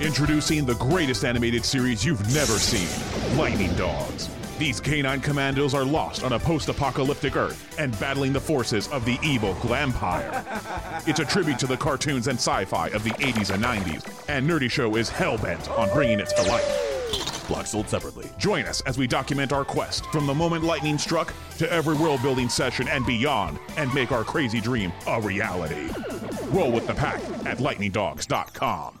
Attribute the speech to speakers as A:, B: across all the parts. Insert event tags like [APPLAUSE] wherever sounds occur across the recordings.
A: Introducing the greatest animated series you've never seen Lightning Dogs. These canine commandos are lost on a post apocalyptic Earth and battling the forces of the evil Glampire. It's a tribute to the cartoons and sci fi of the 80s and 90s, and Nerdy Show is hellbent on bringing it to life. Block sold separately. Join us as we document our quest from the moment lightning struck to every world building session and beyond and make our crazy dream a reality. Roll with the pack at lightningdogs.com.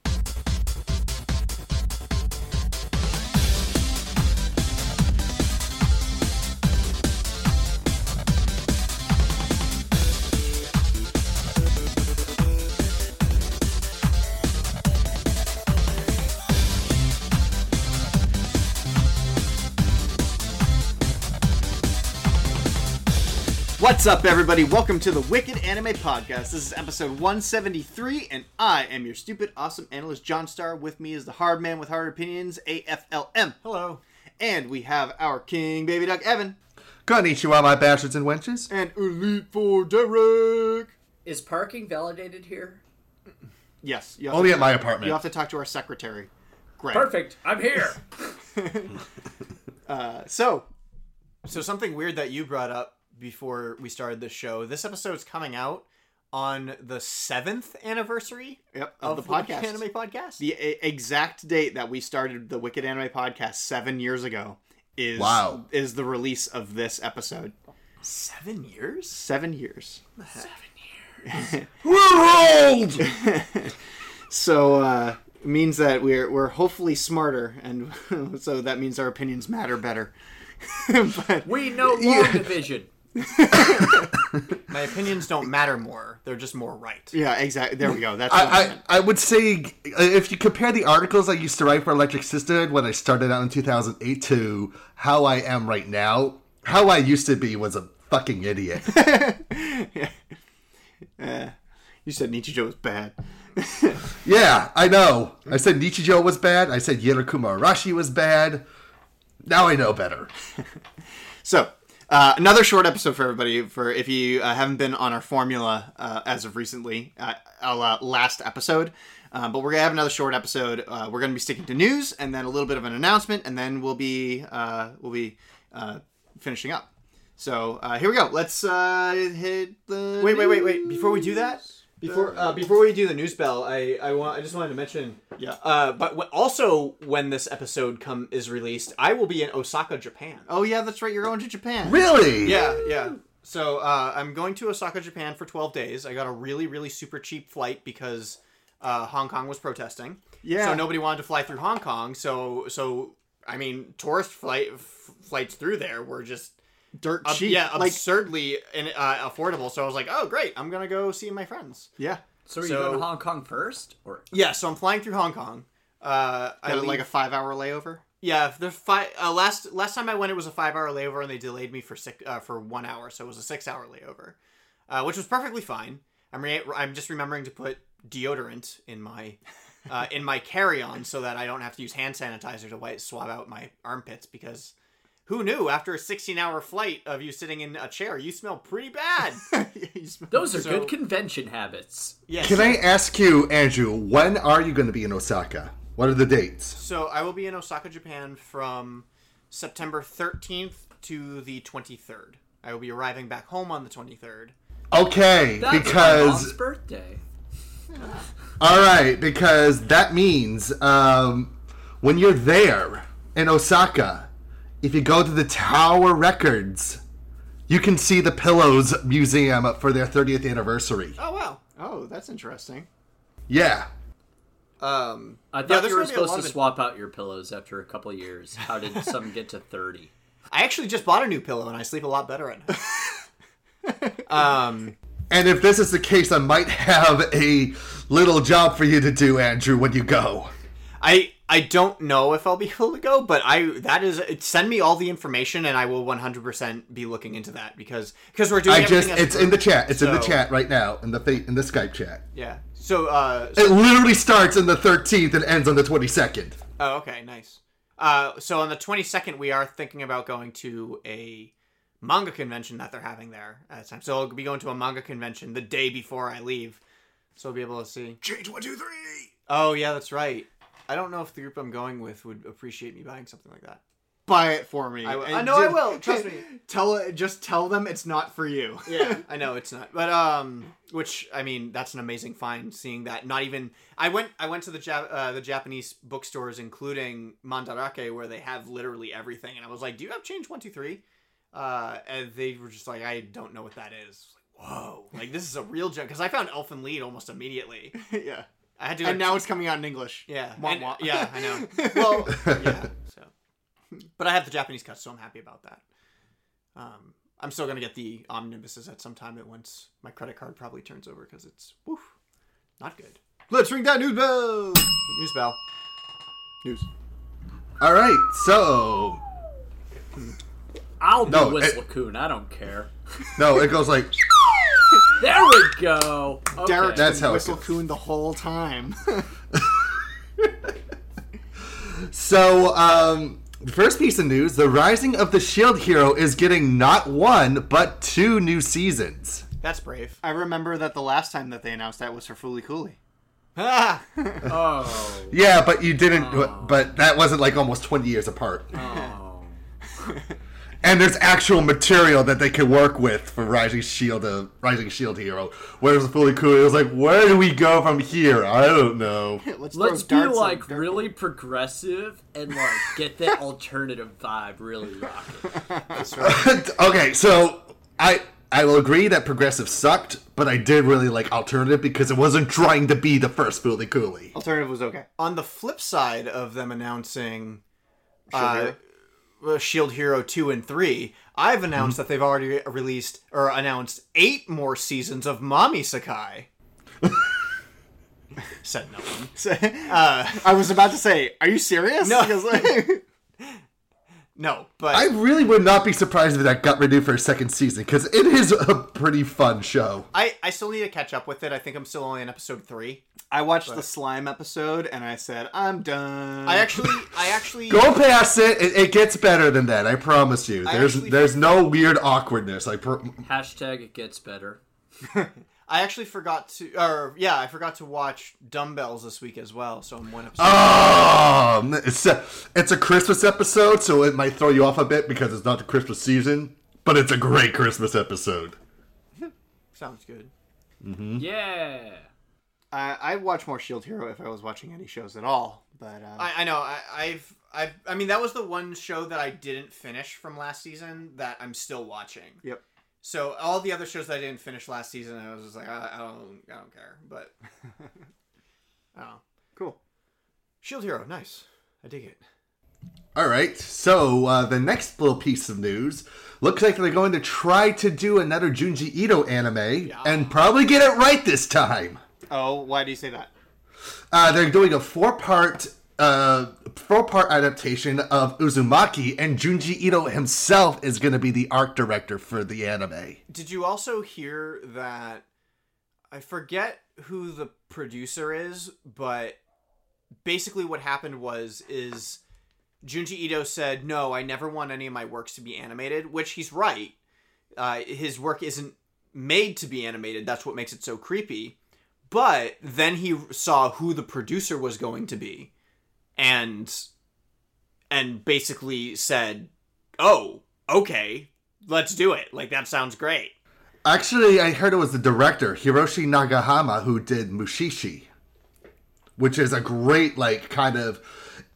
B: What's up, everybody? Welcome to the Wicked Anime Podcast. This is episode 173, and I am your stupid, awesome analyst, John Star. With me is the hard man with hard opinions, AFLM. Hello. And we have our king, baby duck, Evan,
C: Konnichiwa, my bastards and wenches.
B: and Elite for Derek.
D: Is parking validated here?
B: Yes. You have
C: Only
B: to-
C: at my apartment.
B: You have to talk to our secretary. Greg.
D: Perfect. I'm here.
B: So, so something weird that you brought up before we started this show. This episode's coming out on the seventh anniversary
E: Yep,
B: of, the podcast,
E: Wicked Anime Podcast.
B: The e- exact date that we started the Wicked Anime Podcast seven years ago is
C: Wow.
B: is the release of this episode.
E: seven years.
B: Seven years.
C: We're
B: [LAUGHS]
C: old!
B: So uh, means that we're we're hopefully smarter, and [LAUGHS] so that means our opinions matter better. but
D: We know long division.
E: My opinions don't matter more; they're just more right.
B: yeah, exactly. There we go. That's what I
C: I,
B: meant.
C: I, I would say uh, if you compare the articles I used to write for Electric Sisterhood when I started out in 2008 to how I am right now, how I used to be was a fucking idiot.
B: you said Nichijou was bad.
C: yeah, I know. I said Nichijou was bad. I said Yerokuma Arashi was bad. Now I know better.
B: So, uh, another short episode for everybody. For if you uh, haven't been on our formula uh, as of recently, uh, a la last episode. Uh, but we're gonna have another short episode. Uh, we're gonna be sticking to news, and then a little bit of an announcement, and then we'll be uh, we'll be uh, finishing up. So uh, here we go. Let's uh, hit the
E: Wait, wait, wait, wait! Before we do that, before uh, before we do the news bell, I I want I just wanted to mention.
B: Yeah.
E: Uh, but w- also when this episode come is released, I will be in Osaka, Japan.
B: Oh yeah, that's right. You're going to Japan.
C: Really?
E: Yeah, yeah. So uh, I'm going to Osaka, Japan for 12 days. I got a really, really super cheap flight because uh, Hong Kong was protesting.
B: Yeah.
E: So nobody wanted to fly through Hong Kong. So so I mean, tourist flight f- flights through there were just
B: Dirt
E: ab-
B: cheap.
E: yeah
B: like
E: absurdly in, uh, affordable. So I was like, oh great, I'm gonna go see my friends.
B: yeah.
D: So are you
E: So-
D: going to Hong Kong first? Or
E: Yeah. So I'm flying through Hong Kong. Uh, I
B: Got it,
E: leave-
B: like a five hour layover.
E: Yeah, the five uh, last last time I went, it was a five hour layover, and they delayed me for six uh, for one hour, so it was a six hour layover, uh, which was perfectly fine. I'm re- I'm just remembering to put deodorant in my
B: [LAUGHS]
E: uh, in my carry on so that I don't have to use hand sanitizer to wipe, swab out my armpits because who knew after a 16 hour flight of you sitting in a chair, you smell
B: [LAUGHS]
E: pretty bad.
D: those are
E: So-
D: good convention habits.
E: yes.
C: Can I ask you, Andrew, when are you going to be in Osaka? What are the dates?
E: So I will be in Osaka, Japan from September 13th to the 23rd. I will be arriving back home on the 23rd.
C: Okay,
D: That's my mom's
C: because
D: birthday.
C: All right, because that means um, when you're there in Osaka, if you go to the Tower Records, You can see the Pillows Museum for their 30th anniversary.
E: Oh wow. Oh, that's interesting.
C: Yeah.
E: Um,
D: I thought
E: there's
D: you were
E: gonna be a
D: supposed
E: lot
D: to
E: of it.
D: swap out your pillows after a couple years. How did some get to 30?
E: I actually just bought a new pillow and I sleep a lot better at night. [LAUGHS]
C: And if this is the case, I might have a little job for you to do, Andrew, when you go.
E: I I don't know if I'll be [LAUGHS] able to go, but I that is send me all the information and I will 100% be looking into that because because we're doing
C: I just,
E: everything as a
C: it's in the
E: group.
C: chat. It's in the
E: So,
C: chat right now, in the, fa- in the Skype chat.
E: Yeah. So uh so-
C: It literally starts on the 13th and ends on the 22nd.
E: oh okay, nice. Uh so on the 22nd we are thinking about going to a manga convention that they're having there at the time. So I'll be going to a manga convention the day before I leave. So I'll be able to see.
A: Change one, two, three.
E: Oh yeah, that's right. I don't know if the group I'm going with would appreciate me buying something like that. Buy it for me. I, will. I know I will. Trust me.
F: Tell just tell them it's not for you.
E: yeah, [LAUGHS] I know it's not. But um, which I mean, that's an amazing find. Seeing that, not even I went. I went to the Jap- uh, the Japanese bookstores, including Mandarake, where they have literally everything. And I was like, "Do you have change one two three? Uh, and they were just like, "I don't know what that is." Like, Whoa! Like this is a real joke because I found Elfin Lead almost immediately.
F: [LAUGHS] yeah.
E: I had to.
F: And now it's coming out in English.
E: yeah,
F: Wah,
E: and- [LAUGHS]
F: wah.
E: yeah, I know. Well, [LAUGHS] yeah. So, but I have the Japanese cut, so I'm happy about that. Um, I'm still gonna get the omnibuses at some time at once. My credit card probably turns over because it's woof, not good.
F: Let's ring that news bell.
E: News bell.
F: News.
C: All right, so.
D: I'll do
C: No,
D: Whistle Coon. I don't care.
C: No, it goes like.
D: There we go. Okay.
F: Derek's
C: That's
F: been
C: how it
F: whistle
C: goes.
F: coon the whole time.
C: So, um, the first piece of news The Rising of the Shield Hero is getting not one, but two new seasons.
E: [LAUGHS] That's brave.
F: I remember that the last time that they announced that was for Fooly
E: [LAUGHS]
F: Cooley.
E: Ah,
D: oh,
C: Yeah, but you didn't, but that wasn't like almost 20 years apart.
D: oh.
C: [LAUGHS] And there's actual material that they could work with for Rising Shield, uh, Rising Shield Hero. Whereas Fooly Cooley was like, where do we go from here? I don't know.
F: Let's,
D: Let's
F: throw
D: be
F: darts
D: like
F: and-
D: really progressive and like get that alternative vibe really rocking.
C: [LAUGHS] okay, so I I will agree that progressive sucked, but I did really like alternative because it wasn't trying to be the first Fooly Cooley.
F: alternative was okay.
E: on the flip side of them announcing uh, uh, Shield Hero 2 and 3,
F: Mhm.
E: I've announced that they've already released or announced eight more seasons of Mommy
F: [LAUGHS]
E: Sakai. Said no one. Uh,
F: I was about to say, are you serious?
E: No.
F: Because, like-
E: [LAUGHS] No, but
C: I
E: I,
C: really would not be surprised if that got renewed for a second season because it is a pretty fun show.
E: I, still need to catch up with it. I think I'm still only in episode 3.
F: I watched the slime episode and I said, I'm done.
E: I actually, I
F: [LAUGHS]
E: actually,
C: Go past it; it, it gets better than that. I promise you. There's
E: actually-
C: there's no weird awkwardness. I pr-
D: Hashtag it gets better.
E: I actually forgot to, or yeah, I forgot to watch Dumbbells this week as well. So I'm one episode.
C: um, it's a, it's a Christmas episode, so it might throw you off a bit because it's not the Christmas season, but it's a great Christmas episode.
F: Oh.
E: Sounds good.
D: Yeah.
F: I, I'd watch more Shield Hero if I was watching any shows at all. But uh,
E: I, I know. I, I've, I've, I mean, that was the one show that I didn't finish from last season that I'm still watching.
F: Yep.
E: So all the other shows that I didn't finish last season, I was just like, I, I don't, I don't care.
F: [LAUGHS]
E: But oh,
F: cool.
E: Shield Hero, nice. I dig it.
C: All right. So uh, the next little piece of news looks like they're going to try to do another Junji Ito anime and probably get it right this time.
F: Oh, why do you say that?
C: Uh, they're doing a four-part uh, four-part adaptation of Uzumaki, and Junji Ito himself is going to be the art director for the anime.
E: Did you also hear that? I forget who the producer is, but basically what happened was is Junji Ito said, "No, I never want any of my works to be animated," which he's right. Uh, his work isn't made to be animated. That's what makes it so creepy. But then he saw who the producer was going to be, and and basically said, "Oh, okay, let's do it. Like that sounds great."
C: Actually, I heard it was the director Hiroshi Nagahama who did Mushishi, which is a great like kind of.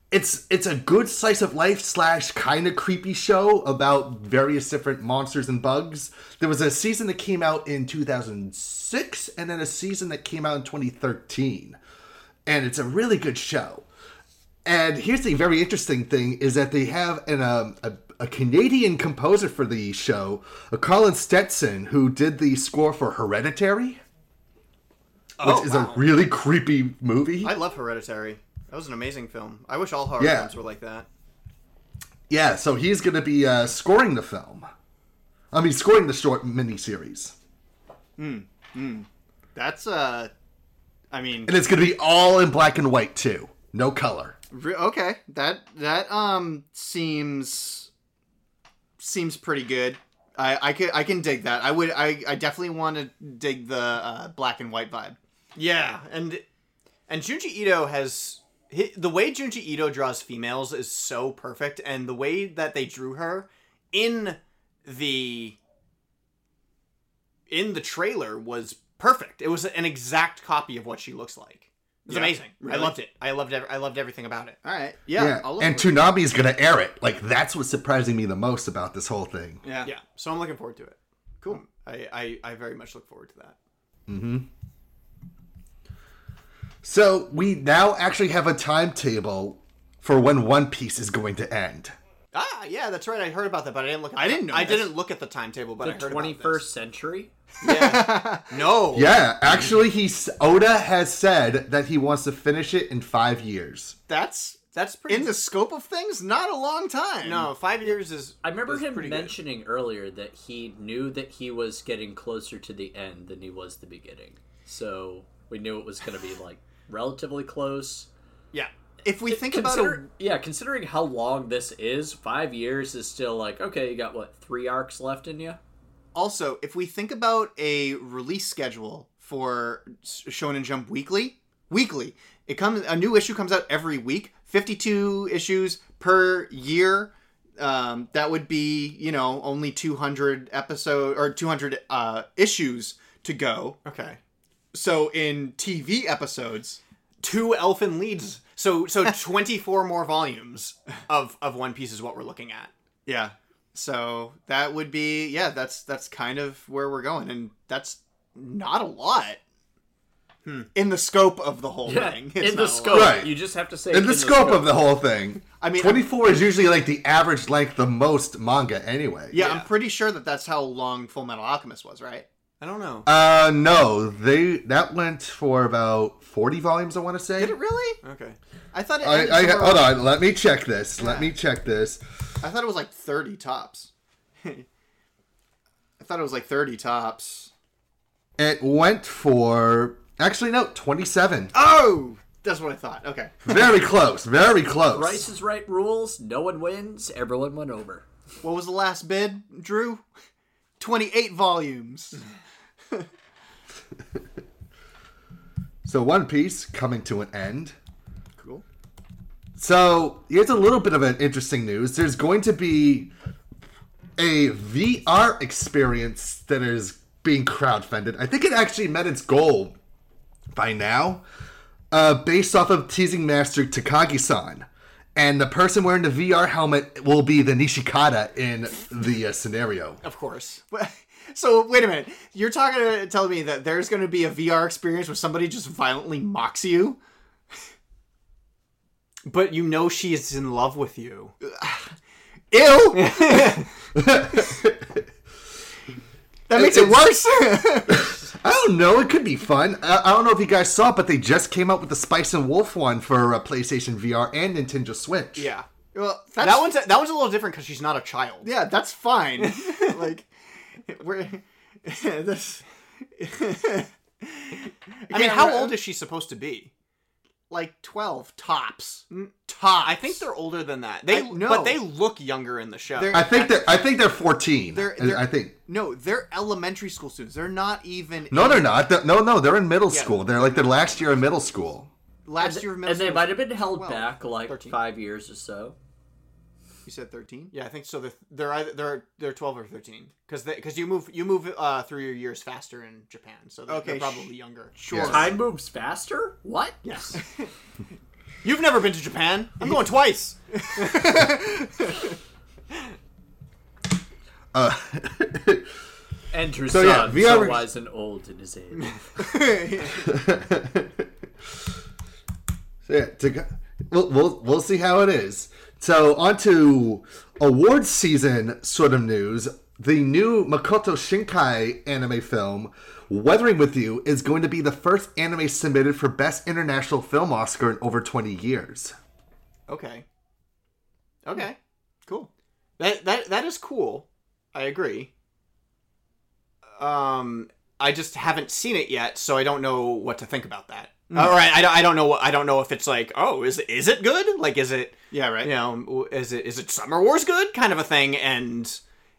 C: it's it's a good slice of life slash kind of creepy show about various different monsters and bugs. There was a season that came out in 2006, and then a season that came out in 2013, and it's a really good show. And here's the very interesting thing is that they have an, um, a, a Canadian composer for the show, a Colin Stetson, who did the score for Hereditary, which
E: Oh,
C: is a really creepy movie.
E: I love Hereditary. That was an amazing film. I wish all horror
C: Yeah.
E: films were like that.
C: Yeah, so he's going to be uh, scoring the film. I mean, scoring the short miniseries.
E: That's uh, I mean,
C: And it's going to be all in black and white, too. No color.
E: re- okay, that that um seems seems pretty good. I I could I can dig that. I would I I definitely want to dig the uh, black and white vibe. Yeah, and and Junji Ito has hi the way Junji Ito draws females is so perfect, and the way that they drew her in the in the trailer was perfect. It was an exact copy of what she looks like. It was amazing. I loved it. I loved ev- I loved everything about it. All right. Yeah. I'll look
C: And
E: forward to
C: Toonami is going to air it. Like, that's what's surprising me the most about this whole thing.
E: it. yeah. So I'm looking forward to it. Cool. I, I I very much look forward to that.
C: So we now actually have a timetable for when One Piece is going to end.
E: Ah, yeah, that's right. I heard about that, but I didn't look. At I
F: didn't know
E: I
F: this.
E: didn't look at the timetable, but I
D: The
E: heard
D: twenty
E: about this.
D: first century.
E: No.
C: Yeah, actually, he's Oda has said that he wants to finish it in five years.
E: That's
F: That's pretty.
E: in the scope of things, not a long time. No, five years is.
D: I remember
E: is
D: him
E: pretty good.
D: mentioning earlier that he knew that he was getting closer to the end than he was the beginning. So we knew it was going to be like relatively close.
E: Yeah. If we think about
D: Consider- yeah, considering how long this is, five years is still like okay. You got what three arcs left in you?
E: a, also, if we think about a release schedule for S- Shonen Jump Weekly, weekly, it comes a new issue comes out every week, fifty-two issues per year. Um, that would be you know only two hundred episode or two hundred uh, issues to go.
F: okay.
E: So in TV episodes, two elfin leads. So so [LAUGHS] 24 more volumes of of One Piece is what we're looking at.
F: Yeah.
E: So that would be yeah, that's that's kind of where we're going and that's not a lot. In the scope of Hmm. the whole thing. it's
D: in
E: not a
D: the
E: lot.
D: scope.
C: Right.
D: You just have to say
C: In the scope of the whole thing, I
E: mean,
C: mean, twenty-four is usually like the average length of most manga, anyway.
E: Yeah, I'm pretty sure that that's how long Full Metal Alchemist was, right? I don't know.
C: Uh, no, they that went for about forty volumes. I want to say.
E: Did it really? Okay. I thought it
C: I,
E: ended
C: I
E: somewhere
C: hold
E: around-
C: on. Let me check this. Let me check this.
E: I thought it was like 30 tops. [LAUGHS] I thought it was like 30 tops.
C: It went for actually no twenty-seven.
E: Oh, that's what I thought. Okay.
C: Very close. Very close.
D: Price is Right rules. No one wins. Everyone went over.
E: What was the last bid, Drew? 28 [LAUGHS] volumes.
C: So One Piece coming to an end.
E: Cool.
C: So here's a little bit of an interesting news. There's going to be a VR experience that is being crowdfunded. I think it actually met its goal by now, uh, based off of teasing master Takagi-san. And the person wearing the VR helmet will be the Nishikata in the uh, scenario.
E: Of course. But- [LAUGHS] So, wait a minute. You're talking to tell me that there's going to be a VR experience where somebody just violently mocks you? [LAUGHS]
F: But you know she is in love with you.
E: Ew! that makes it worse!
C: [LAUGHS] I don't know. It could be fun. I, I don't know if you guys saw, but they just came out with the Spice and Wolf one for uh, PlayStation VR and Nintendo Switch.
E: yeah. Well, that one's a, that one's a little different because she's not a child. Yeah, that's fine. like, we're this. I mean, how old is
F: she supposed to be?
E: like twelve tops? Mm, Tops.
F: I think they're older than that. They
E: I- no.
F: but they look younger in the show.
E: They're-
C: I think they're. I think they're 14
E: They're-
C: I-
E: they're-
C: I think.
E: No, they're elementary school students. They're not even.
C: No, they're not. They're- no, no, they're in middle school. They're like their last year in middle school.
E: Last year of middle
D: and they
E: school-
D: might have been held
E: 12,
D: back like
E: 13.
D: five years or so.
E: You said thirteen. Yeah, I think so. They're they're either, they're they're twelve or thirteen because because you move you move uh, through your years faster in Japan, so they're,
F: Okay,
E: they're
F: sh-
E: probably younger.
F: sure.
E: [LAUGHS]
C: Yes.
D: Time moves faster. What? Yes.
F: You've never been to Japan. I'm going twice.
D: Enter
C: So,
D: son,
C: yeah, we
D: so
C: are-
D: wise and old in
C: [LAUGHS]
D: his age.
C: Yeah, to go, we'll, we'll we'll see how it is. So on to awards season sort of news. The new Makoto Shinkai anime film, Weathering with You, is going to be the first anime submitted for Best International Film Oscar in over 20 years.
F: Okay.
E: Hmm.
F: Okay. Cool. That that that is cool. I agree. Um, I just haven't seen it yet, so I don't know what to think about that.
E: Hmm.
F: All right, I don't, I don't know what I don't know if it's like, oh, is it is it good? Like, is it
E: Yeah, right.
F: you know, w- is it is it Summer Wars good? Kind of a thing. And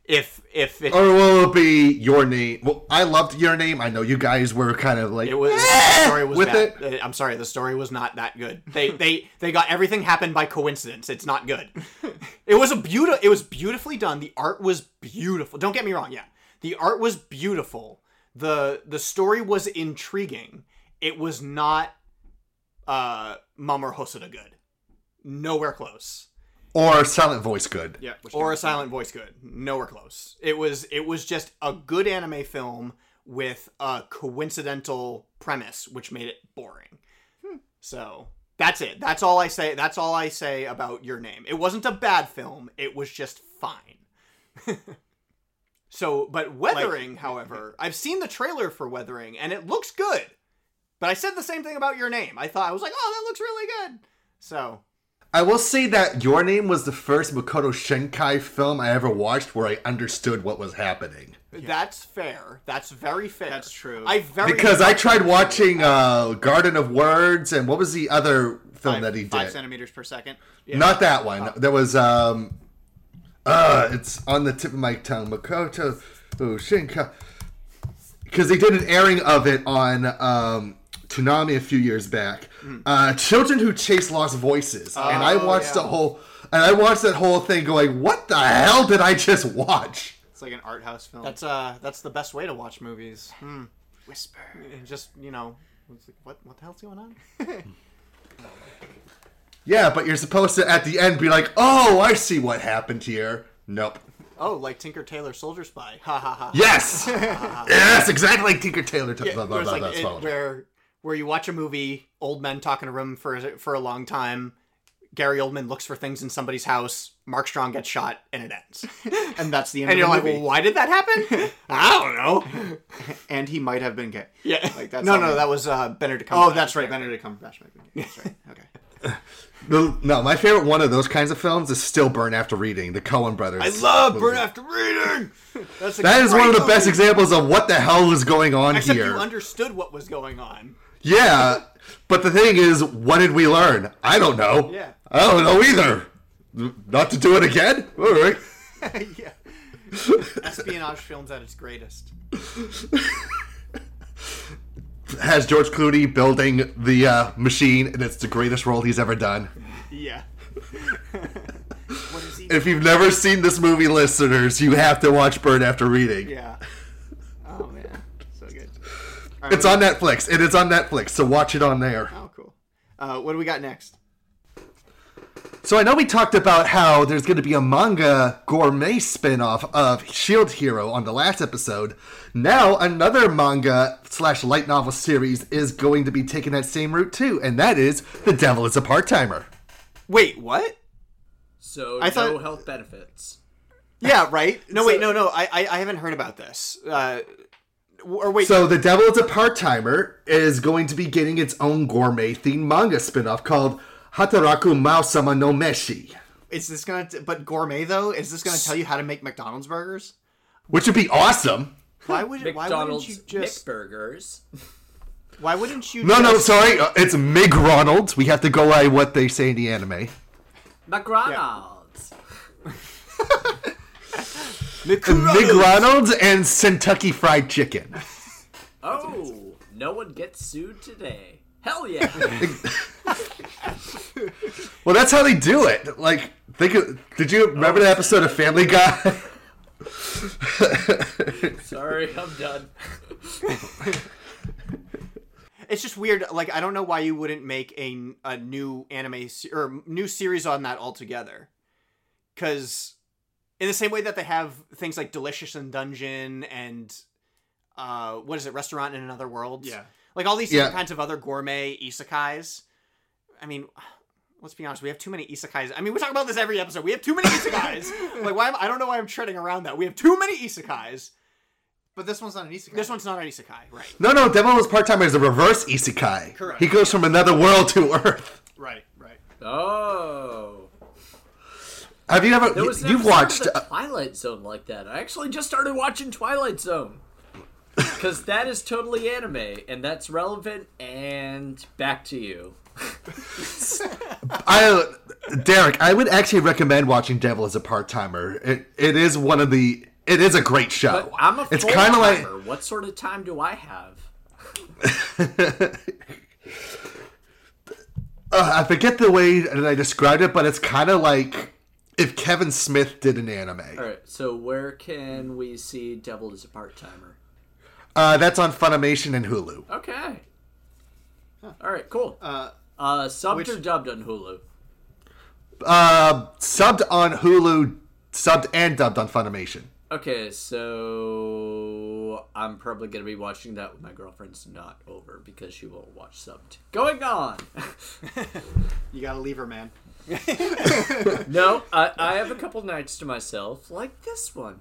F: if if it,
C: Or will it be your name? Well, I loved your name. I know you guys were kind of like
F: it was the story was
C: With
F: bad. Uh, I'm sorry, the story was not that good. They they they got everything happened by coincidence. It's not good. it was a beautiful. It was beautifully done. The art was beautiful. Don't get me wrong. Yeah, the art was beautiful. the The story was intriguing. It was not uh Mamor Hosoda good. Nowhere close.
C: or silent voice good.
E: Yeah. which-
F: or a silent voice good nowhere close it was it was just a good anime film with a coincidental premise which made it boring
E: Hmm.
F: so that's it that's all i say that's all i say about your name it wasn't a bad film it was just fine [LAUGHS] so but weathering however
E: [LAUGHS]
F: i've seen the trailer for weathering and it looks good but i said the same thing about your name i thought i was like oh that looks really good so
C: I will say that Your Name was the first Makoto Shinkai film I ever watched where I understood what was happening.
F: That's fair. That's very fair.
E: That's true.
F: I very
C: Because I tried watching uh, Garden of Words and what was the other film
E: five,
C: that he did?
E: five centimeters per second. Yeah.
C: Not that one. There was um, uh, it's on the tip of my tongue. Makoto Shinkai, because they did an airing of it on um, Toonami a few years back.
E: Mm.
C: Uh, Children who chase lost voices, and I
E: Oh,
C: watched the whole, and I watched that whole thing, going, "What the hell did I just watch?"
E: It's like an art house film.
F: that's uh that's the best way to watch movies. Hmm.
E: whisper.
F: And just you know, it's like, what what the hell's going on?
C: Yeah, but you're supposed to at the end be like, "Oh, I see what happened here." Nope.
F: [LAUGHS] Oh, like Tinker Tailor Soldier Spy. Ha ha ha. [LAUGHS]
C: Yes. yes, exactly like Tinker Tailor. Yeah, blah,
F: Where
C: blah,
F: it's
C: blah,
F: like
C: blah,
F: it-
C: blah.
F: where where you watch a movie, old men talk in a room for for a long time. Gary Oldman looks for things in somebody's house. Mark Strong gets shot, and it ends. [LAUGHS]
E: And that's the end
F: and
E: of
F: you're
E: the
F: like,
E: movie.
F: well, why did that
G: [LAUGHS]
F: happen? I don't know.
E: [LAUGHS] and he might have been gay.
F: Yeah,
E: Like that's
F: no,
E: how
F: no,
E: many-
F: that was uh, Benedict.
E: Oh,
F: Cumberbatch.
E: that's right. Benedict Cumberbatch might be gay. That's
F: [LAUGHS]
E: right. Okay.
C: No, no, my favorite one of those kinds of films is still Burn After Reading, the Coen Brothers. I
F: love Burn
E: [LAUGHS]
F: After Reading. That's a
C: That is one of
F: great
C: the best
F: movie.
C: examples of what the hell is going on
F: Except
C: here.
F: you understood what was going on.
C: yeah, but the thing is, what did we learn? I don't know.
F: Yeah.
C: I don't know either. Not to do it again. All right.
F: yeah. Espionage films at its greatest.
C: Has George Clooney building the uh, machine, and it's the greatest role he's ever done.
F: Yeah. what is he?
C: If you've never seen this movie, listeners, you have to watch Burn After Reading.
F: [LAUGHS] Yeah.
E: Oh man, so good.
C: It's on Netflix. It is on Netflix, so watch it on there.
E: Oh cool. Uh, what do we got next?
C: So I know we talked about how there's going to be a manga gourmet spin-off of Shield Hero on the last episode. Now another manga slash light novel series is going to be taking that same route too, and that is The Devil is a Part-Timer.
F: Wait, what?
D: So
F: I
D: no
F: thought-
D: health benefits.
F: [LAUGHS] Yeah, right. No, wait, no, no. I, I, I haven't heard about this. Uh, or wait.
C: So The Devil is a Part-Timer is going to be getting its own gourmet themed manga spin-off called Hataraku Maosama no Meshi,
E: Is this gonna? T- but gourmet though, is this gonna tell you how to make McDonald's burgers?
C: which would be awesome.
F: why would
C: [LAUGHS]
F: why wouldn't
D: McDonald's
F: you just?
D: McBurgers.
F: Why wouldn't you?
C: No, no,
F: just-
C: sorry, uh, it's Mig Ronald. We have to go by what they say in the anime.
D: McDonald's.
C: [LAUGHS] Big Ronald's and Kentucky Fried Chicken.
D: Oh, no one gets sued today.
C: [LAUGHS]
D: Hell yeah.
C: Well, that's how they do it. Like, think of, did you remember the episode of Family Guy? [LAUGHS]
D: Sorry, I'm done.
E: It's just weird. Like I don't know why you wouldn't make a a new anime se- or new series on that altogether, because in the same way that they have things like Delicious and Dungeon and uh, what is it, Restaurant in Another World?
F: Yeah.
E: like all these
C: Yeah.
E: different kinds of other gourmet isekais. I mean, let's be honest, we have too many isekais. I mean, we talk about this every episode. We have too many
F: [LAUGHS]
E: isekais. like why? Am, I don't know why I'm treading around that. We have too many isekais.
F: But this one's not an isekai.
E: This one's not an isekai, right?
C: No, no, Devil's Part Timer is a reverse isekai.
F: Correct.
C: He goes from another world to Earth.
F: right, right.
D: Oh,
C: Have you ever?
D: there was an
C: You've
D: episode of
C: watched.
D: the
C: uh,
D: Twilight Zone like that. I actually just started watching
C: [LAUGHS]
D: Twilight Zone because that is totally anime and that's relevant. And back to you.
C: uh, I, Derek, I would actually recommend watching Devil as a Part Timer. It it is one of the. It is a great show.
D: But I'm a
C: it's
D: full
C: kind of like
D: timer. what sort of time do I have?
C: uh, I forget the way that I described it, but it's kind of like if Kevin Smith did an anime.
D: All right, so where can we see Devil as a Part Timer?
C: Uh, that's on Funimation and Hulu.
D: Okay. All right, cool. Uh, uh subbed or dubbed on Hulu?
C: Uh, subbed on Hulu, subbed and dubbed on Funimation.
D: Okay, so I'm probably gonna be watching that with my girlfriend's not over because she won't watch subbed. Going on.
E: You gotta leave her, [LAUGHS] man.
D: no, I, I have a couple nights to myself, like this one.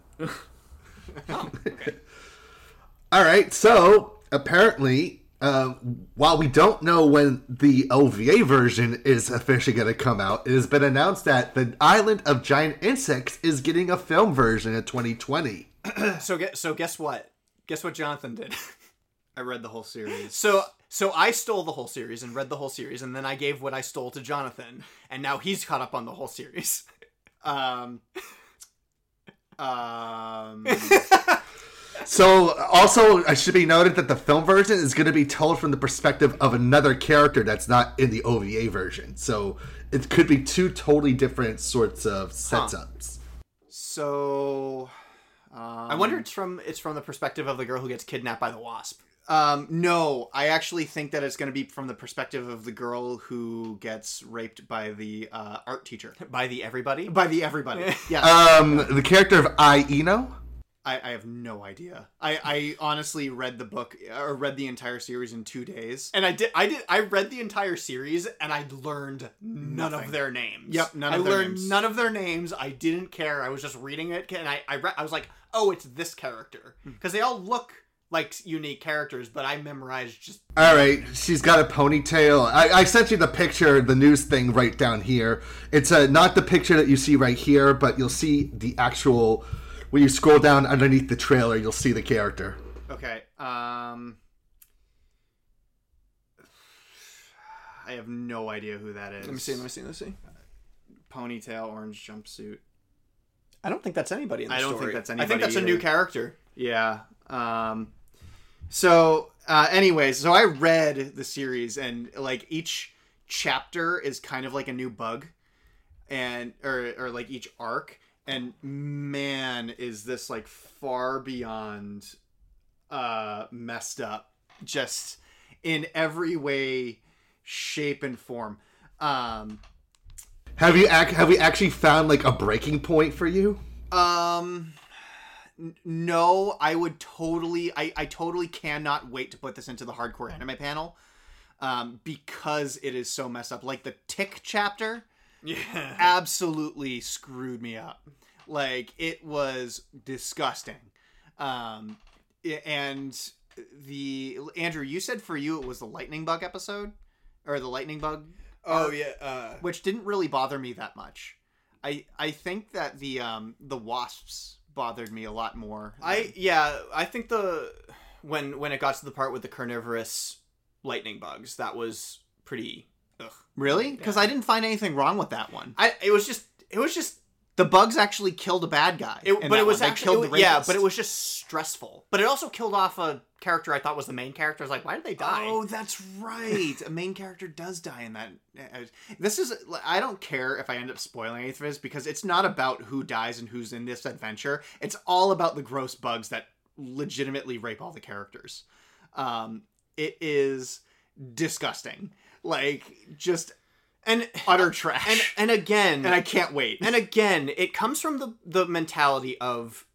C: All right, so apparently, uh, while we don't know when the OVA version is officially going to come out, it has been announced that the Island of Giant Insects is getting a film version in 2020.
E: So get so guess what? Guess what Jonathan did. [LAUGHS]
F: I read the whole series.
E: So so I stole the whole series and read the whole series and then I gave what I stole to Jonathan and now he's caught up on the whole series. [LAUGHS]
F: Um. Um.
C: So, also, it should be noted that the film version is going to be told from the perspective of another character that's not in the OVA version. So, it could be two totally different sorts of sets ups.
F: So. Um,
E: I wonder it's from it's from the perspective of the girl who gets kidnapped by the wasp.
F: Um, no, I actually think that it's going to be from the perspective of the girl who gets raped by the uh, art teacher,
E: By the everybody?
F: by the everybody.
E: [LAUGHS]
F: Yeah,
C: Um, the character of Aino.
F: I, I have no idea. I, I honestly read the book or read the entire series in two days.
E: And I did I did I read the entire series and I learned none of their names.
F: Yep, none
E: I
F: of their
E: learned
F: names.
E: none of their names. I didn't care. I was just reading it and I I, re- I was like, "Oh, it's this character."
F: Hmm.
E: Cuz they all look like unique characters, but I memorized just
C: All right, she's got a ponytail. I, I sent you the picture, the news thing right down here. It's uh not the picture that you see right here, but you'll see the actual. When you scroll down underneath the trailer, you'll see the character.
F: Okay. Um, I have no idea who that is.
E: see, let me see.
F: Ponytail, orange jumpsuit.
E: I don't think that's anybody in
F: the story.
E: I think that's a new character.
F: Yeah. Um, so, uh, anyways, so I read the series, and like each chapter is kind of like a new bug, and or or like each arc, and man, is this like far beyond uh, messed up, just in every way, shape, and form. Um,
C: Have you ac- have we actually found like a breaking point for you?
F: Um, n- no, I would totally, I, I totally cannot wait to put this into the hardcore anime panel, um, because it is so messed up. Like the tick chapter, yeah, absolutely screwed me up. Like it was disgusting. Um, i- and the Andrew, you said for you it was the lightning bug episode, or the lightning bug
E: Oh yeah. Uh,
F: which didn't really bother me that much. I I think that the um the wasps bothered me a lot more.
E: I yeah, I think the when when it got to the part with the carnivorous lightning bugs, that was pretty ugh.
F: really because I didn't find anything wrong with that one.
E: I it was just it was just
F: The bugs actually killed a bad guy.
E: it,
F: in
E: but
F: that
E: it was
F: one. They
E: actually
F: killed the
E: yeah,
F: rapist.
E: but it was just stressful. But it also killed off a character I thought was the main character. I was like, why did they die?
F: Oh, that's right. a main character does die in that. uh, This is. I don't care if I end up spoiling anything for this because it's not about who dies and who's in this adventure. It's all about the gross bugs that legitimately rape all the characters. Um, it is disgusting. Like just
E: and
F: utter trash.
E: and and again
F: and I can't wait.
E: and again it comes from the the mentality of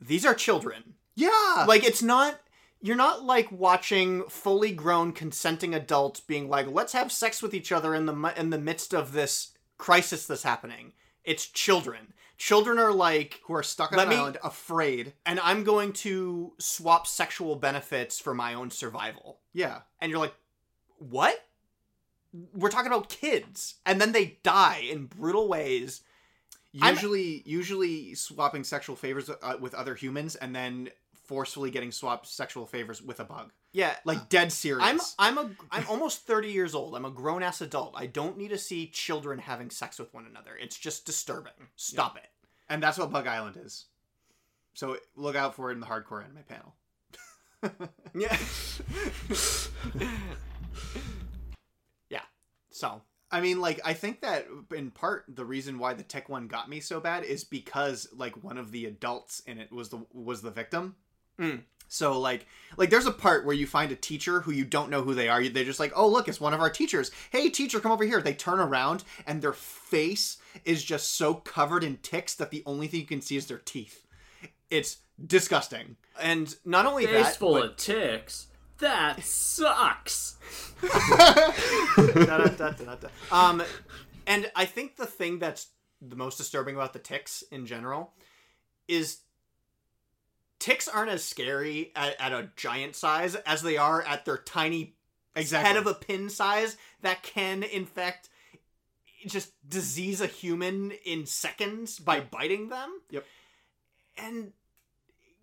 E: these are children
F: yeah,
E: like it's not you're not like watching fully grown consenting adults being like let's have sex with each other in the mi- in the midst of this crisis that's happening it's children children are like
F: who are stuck on
E: Let
F: an
E: me-
F: island, afraid.
E: and i'm going to swap sexual benefits for my own survival
F: Yeah,
E: and you're like what we're talking about kids and then they die in brutal ways I'm-
F: usually usually swapping sexual favors uh, with other humans, and then forcefully getting swapped sexual favors with a bug.
E: yeah
F: Like dead serious.
E: I'm I'm a I'm almost 30 years old. I'm a grown ass adult. I don't need to see children having sex with one another. It's just disturbing. Stop it.
F: and that's what Bug Island is. So look out for it in the hardcore anime panel.
E: [LAUGHS]
F: [LAUGHS]
E: Yeah. yeah. So
F: I mean, like, I think that in part the reason why the tech one got me so bad is because like one of the adults in it was the was the victim.
D: Mm.
F: So like, like there's a part where you find a teacher who you don't know who they are. They're just like, oh look, it's one of our teachers. Hey teacher, come over here. They turn around and their face is just so covered in ticks that the only thing you can see is their teeth. It's disgusting.
E: and not only
D: Face
E: that,
D: full of ticks. That sucks.
E: um, and I think the thing that's the most disturbing about the ticks in general is ticks aren't as scary at, at a giant size as they are at their tiny
F: Exactly.
E: head of a pin size that can infect just disease a human in seconds by biting them.
F: Yep.
E: And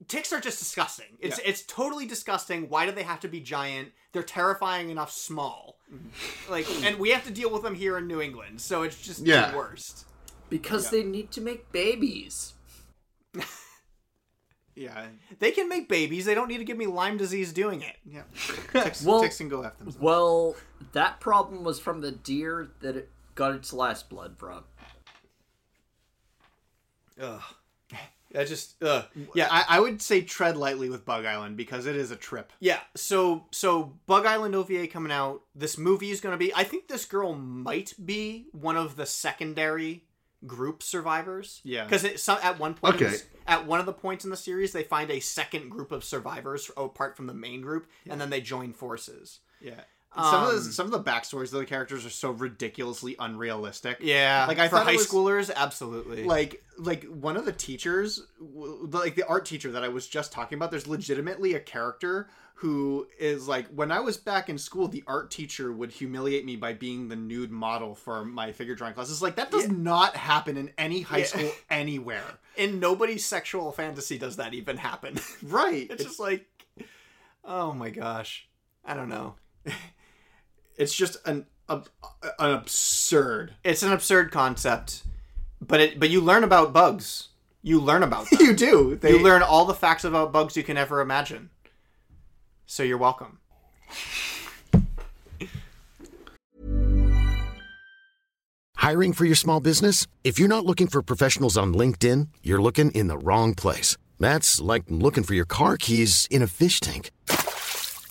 E: ticks are just disgusting. It's
F: Yeah.
E: it's totally disgusting. Why do they have to be giant? They're terrifying enough small.
F: Mm-hmm.
E: like and we have to deal with them here in New England, so it's just
C: Yeah.
E: the worst.
D: Because they need to make babies.
F: yeah,
E: They can make babies. They don't need to give me Lyme disease doing it.
F: yeah. Ticks,
D: Well-
F: ticks can go after themselves.
D: Well, that problem was from the deer that it got its last blood from.
E: That just ugh.
F: Uh, Yeah, I, I would say tread lightly with Bug Island because it is a trip.
E: Yeah, so so Bug Island OVA coming out. This movie is going to be I think this girl might be one of the secondary group survivors.
F: Yeah.
E: Cuz some at one point in
C: Okay.
E: this- at one of the points in the series they find a second group of survivors apart from the main group and then they join forces.
F: Yeah. And some of the
E: Um,
F: some of the backstories of the characters are so ridiculously unrealistic.
E: Yeah.
F: Like I
E: for
F: thought
E: high
F: it was-
E: schoolers absolutely.
F: Like like one of the teachers, w- like the art teacher that I was just talking about, there's legitimately a character who is like when I was back in school, the art teacher would humiliate me by being the nude model for my figure drawing classes. Like that does not happen in any
E: [LAUGHS]
F: high school anywhere.
E: in nobody's sexual fantasy does that even happen.
F: Right.
E: [LAUGHS] it's just like oh my gosh. I don't know.
F: it's just an ab- an absurd.
E: it's an absurd concept, but it but you learn about bugs. You learn about them.
F: [LAUGHS] You do. They
E: You learn all the facts about bugs you can ever imagine. So you're welcome.
H: Hiring for your small business? If you're not looking for professionals on LinkedIn, you're looking in the wrong place. That's like looking for your car keys in a fish tank.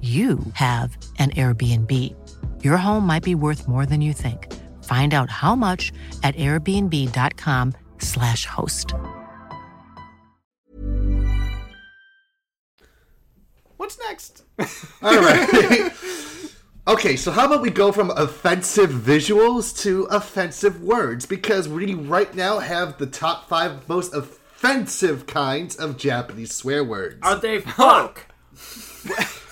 I: you have an Airbnb. Your home might be worth more than you think. Find out how much at airbnb.com/slash host.
E: What's next?
C: All right. [LAUGHS] okay, so how about we go from offensive visuals to offensive words? Because we right now have the top five most offensive offensive kinds of Japanese swear words.
D: Are
E: [LAUGHS]
D: they fuck?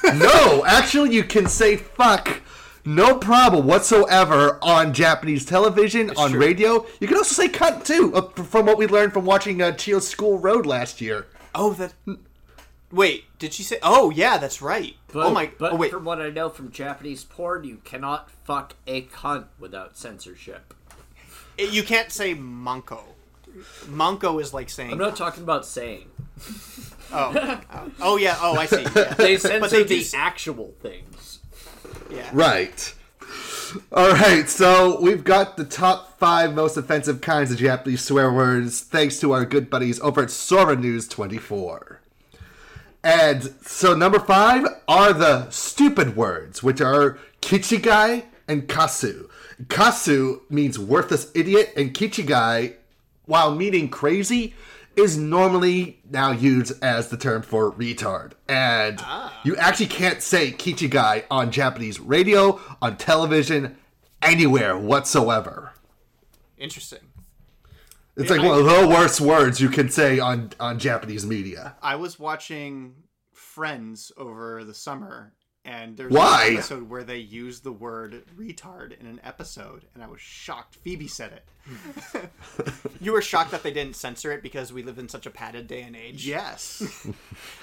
C: no, actually, you can say fuck no problem whatsoever on Japanese television, on radio. You can also say cunt too, uh, f- from what we learned from watching uh, Chio School Road last year.
E: Oh, that. Wait, did she say? Oh, yeah, that's right.
D: But,
E: oh my.
D: But
E: oh wait.
D: from what I know from Japanese porn, you cannot fuck a cunt without censorship.
E: eh, You can't say manko. Manko is like saying.
D: I'm not talking
E: [LAUGHS]
D: about saying.
E: oh yeah. Oh, I see. Yeah.
D: [LAUGHS] They censor the
E: do-
D: actual things.
C: Right. All right, so we've got the top five most offensive kinds of Japanese swear words, thanks to our good buddies over at Sora News 24. And so number five are the stupid words, which are kichigai and kasu. Kasu means worthless idiot, and kichigai, while meaning crazy, is normally now used as the term for retard. And you actually can't say kichigai on Japanese radio, on television, anywhere whatsoever.
E: Interesting.
C: It's like one of the worst words you can say on, on Japanese media.
E: I was watching Friends over the summer, and there's
C: Why?
E: an episode where they used the word retard in an episode, and I was shocked. Phoebe said it.
C: [LAUGHS]
E: [LAUGHS] you were shocked that they didn't censor it because we live in such a padded day and age.
C: Yes.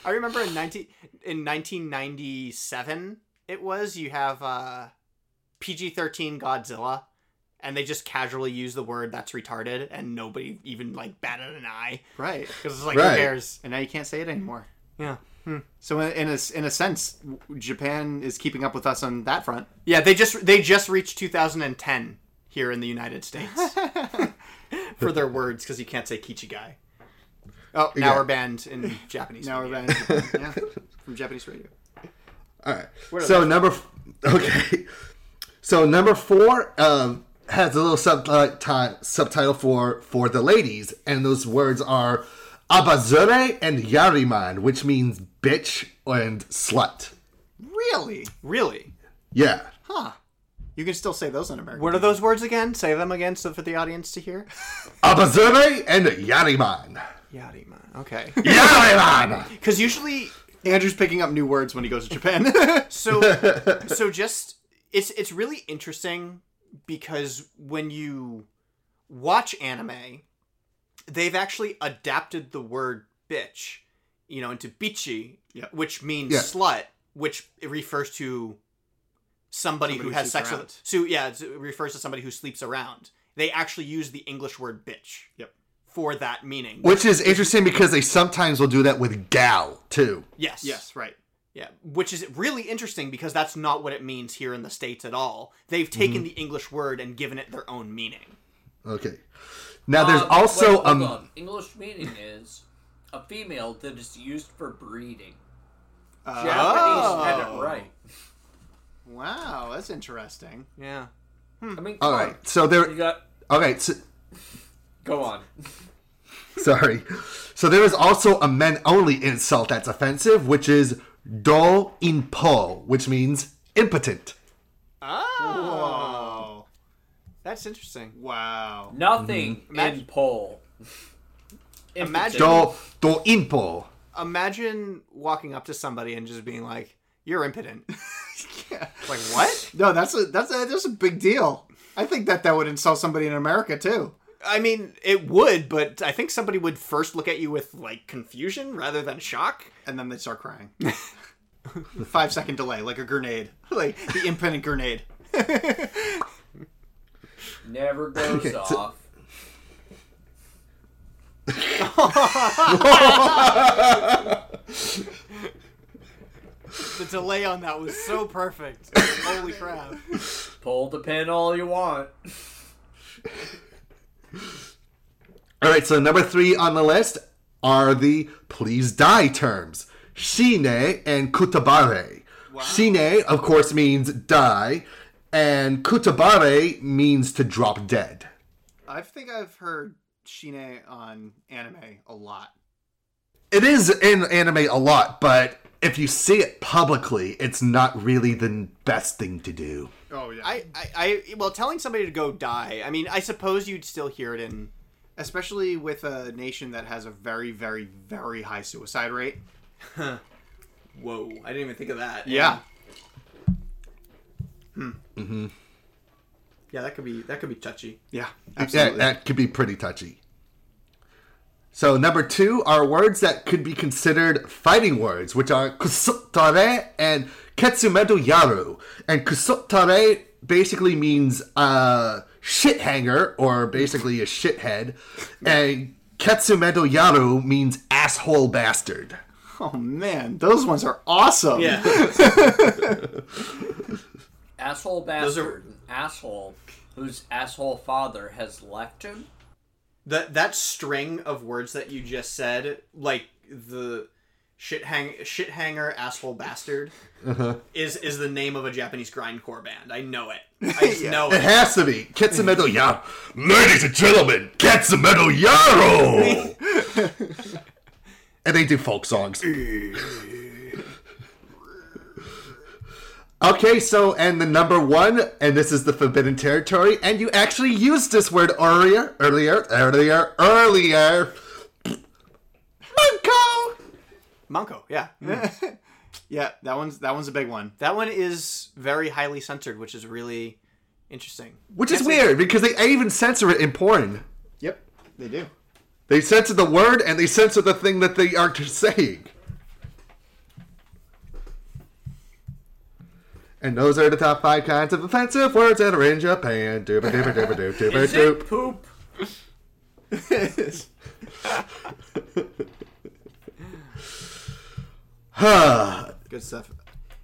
E: I remember in nineteen in nineteen ninety seven it was you have uh, PG thirteen Godzilla, and they just casually use the word "that's retarded," and nobody even like batted an eye
G: Right.
E: because it's like
C: Right.
E: who cares?
G: And now you can't say it anymore.
E: Yeah,
G: So in, in a s- in a sense, w- Japan is keeping up with us on that front.
E: yeah. They just they just reached two thousand and ten here in the
G: [LAUGHS]
E: United States for their words because you can't say Kichigai. Oh, now
C: Yeah.
E: we're banned in Japanese.
G: Now we're
E: media.
G: back in Japan.
E: [LAUGHS]
G: yeah, from Japanese radio.
C: All right. So number f- okay. [LAUGHS] So number four um, has a little subtitle subtitle for for the ladies, and those words are abazure and yariman, which means bitch and slut.
E: Really, really.
C: Yeah.
G: You can still say those in America.
E: What are those words again? Say them again, so for the audience to hear.
C: Abazure and yariman.
E: Yadi man. Okay.
C: Yariman. [LAUGHS]
E: Because usually,
G: Andrew's picking up new words when he goes to Japan.
E: [LAUGHS]
G: [LAUGHS]
E: so so just it's it's really interesting because when you watch anime, they've actually adapted the word bitch, you know, into bichi,
G: Yeah.
E: which means
C: Yeah.
E: slut, which it refers to somebody,
G: Somebody
E: who
G: who sleeps
E: has sex
G: around.
E: with. So yeah, it's- it refers to somebody who sleeps around. They actually use the English word bitch
G: Yep.
E: for that meaning.
C: Which is interesting because they sometimes will do that with gal too.
E: yes.
G: yes, right.
E: Yeah, which is really interesting because that's not what it means here in the States at all. They've taken
G: Mm-hmm.
E: the English word and given it their own meaning.
C: Okay. Now there's
D: Um, wait,
C: also
D: hold
C: um.
D: on. English meaning is a female that is used for breeding.
E: Oh.
D: Japanese had it right.
G: Wow, that's interesting.
E: Yeah. Hmm.
D: I mean,
C: All
D: come
C: right.
D: on.
C: So there.
D: You got
C: All right. So,
D: go on.
C: [LAUGHS] Sorry. So there is also a men only insult that's offensive, which is do in po, which means impotent.
G: Oh,
E: That's interesting.
G: wow.
D: Nothing in pole.
E: Mm-hmm. Imagine-
C: Do do in po.
E: Imagine walking up to somebody and just being like, "You're
G: [LAUGHS]
E: impotent." Like what?
G: No, that's a that's a that's a big deal. I think that that would insult somebody in America too.
E: I mean, it would, but I think somebody would first look at you with like confusion rather than shock.
G: And then they start
E: [LAUGHS]
G: crying. [LAUGHS] Five second delay, like a grenade, [LAUGHS] like the impotent grenade.
C: [LAUGHS]
D: never goes off.
E: The delay on that was so perfect. [LAUGHS] Holy crap!
D: Pull the pin all you want.
C: All right. So number three on the list are the please die terms, shine and kutabare. Shine, of course, means die, and kutabare means to drop dead.
G: I think I've heard Shine on anime a lot.
C: It is in anime a lot, but if you see it publicly, it's not really the best thing to do.
G: Oh yeah,
E: I, I, I, well, telling somebody to go die. I mean, I suppose you'd still hear it in especially with a nation that has a very, very, very high suicide rate.
G: Whoa, I didn't even think of that.
E: Yeah, Hmm.
G: Yeah, that could be that could be touchy.
E: yeah,
C: Yeah,
E: absolutely.
C: that could be pretty touchy. So number two are words that could be considered fighting words, which are kusutare and ketsumedo yaru. And kusutare basically means uh, shit hanger or basically a shithead, and ketsumedo yaru means asshole bastard.
E: Oh man, those ones are awesome.
G: Yeah,
D: Asshole bastard. An asshole whose asshole father has left him.
G: that that string of words that you just said, like the shit hang shit hanger asshole bastard,
E: Uh-huh.
G: is is the name of a Japanese grindcore band. I know
E: [LAUGHS]
G: it. I just know
C: It [LAUGHS]
G: it.
C: has to be ketsumedo yaru. Ladies and gentlemen, ketsumedo yaru. [LAUGHS] and they do
G: [LAUGHS]
C: folk songs. Okay, so and the number one, and this is the forbidden territory, and you actually used this word earlier, earlier, earlier, earlier. Munko.
E: Manco, yeah. [LAUGHS] yeah, that one's that one's a big one. That one is very highly censored, which is really interesting.
C: Which is weird because they even censor it in porn.
E: Yep, they do.
C: They censor the word and they censor the thing that they aren't [LAUGHS] saying. And those are the top five kinds of offensive words that are in Japan. Dooba dooba dooba dooba dooba
D: Is
C: doop.
D: it poop?
E: Good stuff.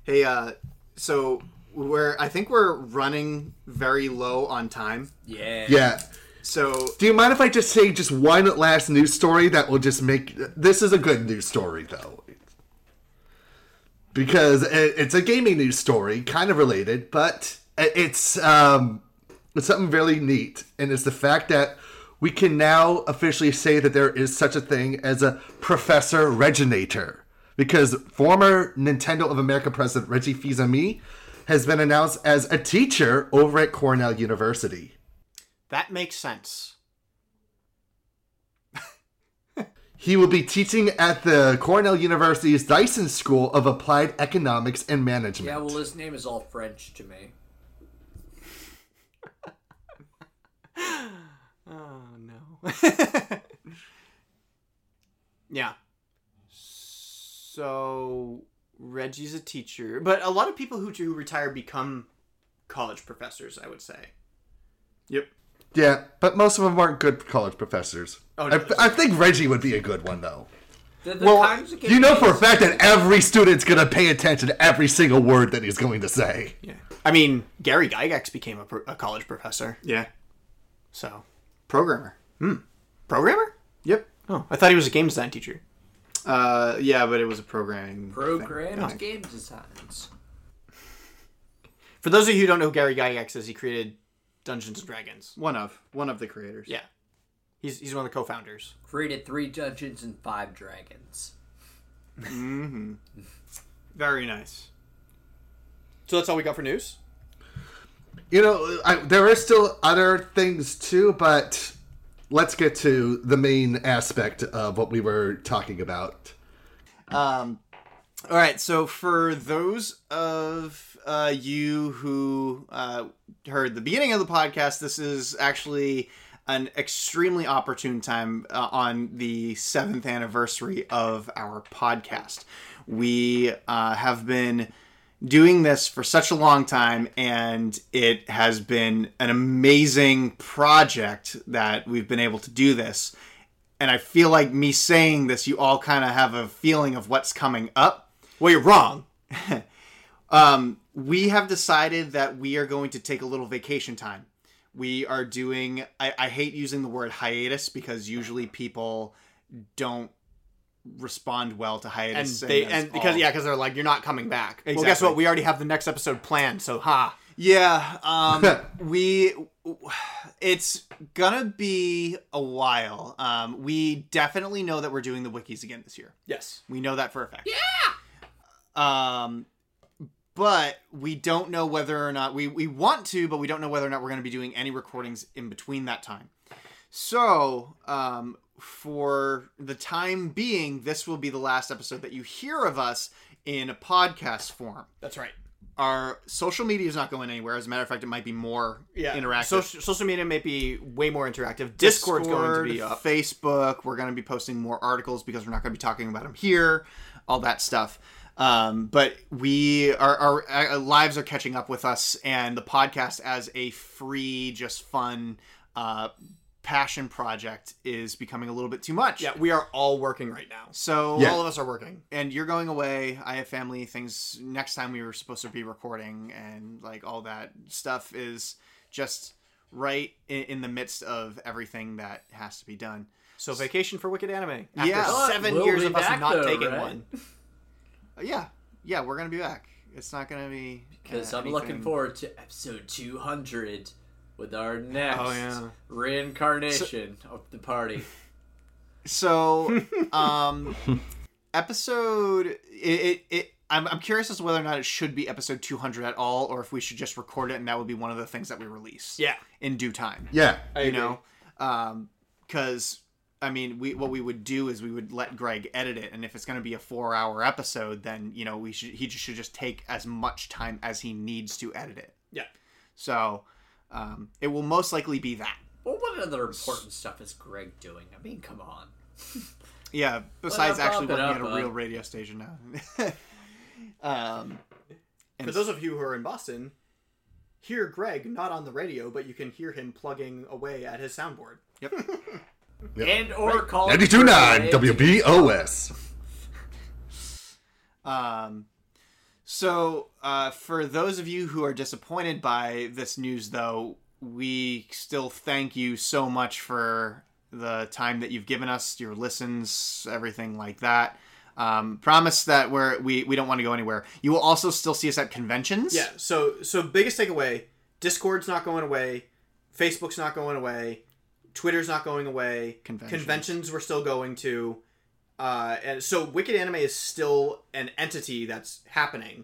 E: Hey, uh so we're I think we're running very low on time.
D: Yeah.
C: Yeah.
E: So
C: Do you mind if I just say just one last news story that will just make this is a good news story though, because it, it's a gaming news story, kind of related, but i- it's um, it's something really neat, and it's the fact that we can now officially say that there is such a thing as a Professor Reginator, because former Nintendo of America president Reggie Fils-Aimé has been announced as a teacher over at Cornell University.
E: that makes sense.
C: He will be teaching at the Cornell University's Dyson School of Applied Economics and Management.
D: Yeah, well, his name is all French to me.
E: Oh no. [LAUGHS] yeah. So Reggie's a teacher, but a lot of people who do retire become college professors, I would say. Yep.
C: yeah, but most of them aren't good college professors.
E: Oh,
C: I,
E: no.
C: I think Reggie would be a good one, though.
D: The, the
C: well,
D: times it
C: you know for a
D: gets-
C: fact that every student's going to pay attention to every single word that he's going to say.
E: Yeah. I mean, Gary Gygax became a, pro- a college professor.
G: Yeah.
E: So, Hmm.
J: Programmer.
E: programmer?
J: Yep.
E: Oh, I thought he was a game design teacher.
J: Uh, yeah, but it was a programming.
E: Oh,
D: Programmed game designs.
E: For those of you who don't know who Gary Gygax is, he created Dungeons and Dragons.
J: One of one of the creators.
E: Yeah. He's he's one of the co-founders.
D: Created three dungeons and five dragons.
E: Very nice. So that's all we got for news?
C: You know, I, there are still other things too, but let's get to the main aspect of what we were talking about.
E: Um, all right. So for those of uh, you who uh, heard the beginning of the podcast, this is actually an extremely opportune time uh, on the seventh anniversary of our podcast. We uh, have been doing this for such a long time and it has been an amazing project that we've been able to do this and I feel like me saying this, you all kind of have a feeling of what's coming up. Well, you're wrong. [LAUGHS] um, we have decided that we are going to take a little vacation time. We are doing, I, I hate using the word hiatus because usually people don't respond well to
G: And
E: hiatus
G: they
E: that's
G: and because
E: all.
G: yeah, because they're like, you're not coming back.
E: Well, guess what? We already have the next episode planned, so ha. Yeah, um, we. It's gonna be a while. Um, we definitely know that we're doing the wikis again this year.
G: Yes.
E: We know that for a fact. Yeah. Um, but we don't know whether or not we we want to, but we don't know whether or not we're gonna be doing any recordings in between that time.
F: So, um, for the time being, this will be the last episode that you hear of us in a podcast form.
E: That's right.
F: Our social media is not going anywhere. As a matter of fact, it might be more
E: Yeah.
F: interactive.
E: Social, social media may be way more interactive. Discord's going to be
F: Discord,
E: up.
F: Facebook. We're going to be posting more articles because we're not going to be talking about them here. All that stuff. Um, but we our, our, our lives are catching up with us, and the podcast as a free, just fun uh, passion project is becoming a little bit too much.
E: Yeah, we are all working right now.
F: So
E: All of us are working.
F: and you're going away. I have family things. Next time we were supposed to be recording, and like all that stuff is just right in, in the midst of everything that has to be done.
E: So vacation for Wicked Anime.
F: Yeah.
E: After 7
D: We'll
E: years
D: be
E: of us
D: back,
E: not
D: though,
E: taking
D: right?
E: one.
F: Uh, Yeah, yeah, we're gonna be back. It's not gonna be
D: Because
F: uh,
D: I'm looking
F: anything-
D: forward to episode 200 with our next
F: Oh, yeah.
D: reincarnation of the party.
F: So, um, [LAUGHS] episode it it. it I'm, I'm curious as to whether or not it should be episode 200 at all, or if we should just record it and that would be one of the things that we release.
E: Yeah.
F: In due time.
C: Yeah.
F: you know um because i mean we what we would do is we would let greg edit it and if it's going to be a four hour episode then you know we should he just should just take as much time as he needs to edit it
E: Yeah.
F: so um it will most likely be that
D: Well, what other important stuff is Greg doing? I mean, come on.
F: yeah besides
D: Well,
F: actually
D: bump it
F: working at
D: up,
F: a
D: uh.
F: real radio station now [LAUGHS] um
E: For those of you who are in Boston, hear Greg not on the radio, but you can hear him plugging away at his soundboard.
D: And or call
K: 92.9
D: Greg.
K: WBOS.
F: Um, so, uh, for those of you who are disappointed by this news, though, we still thank you so much for the time that you've given us, your listens, everything like that. Um, promise that we're, we we don't want to go anywhere. You will also still see us at conventions.
E: Yeah. So so biggest takeaway: Discord's not going away, Facebook's not going away, Twitter's not going away.
F: Conventions.
E: Conventions we're still going to, uh, and so Wicked Anime is still an entity that's happening.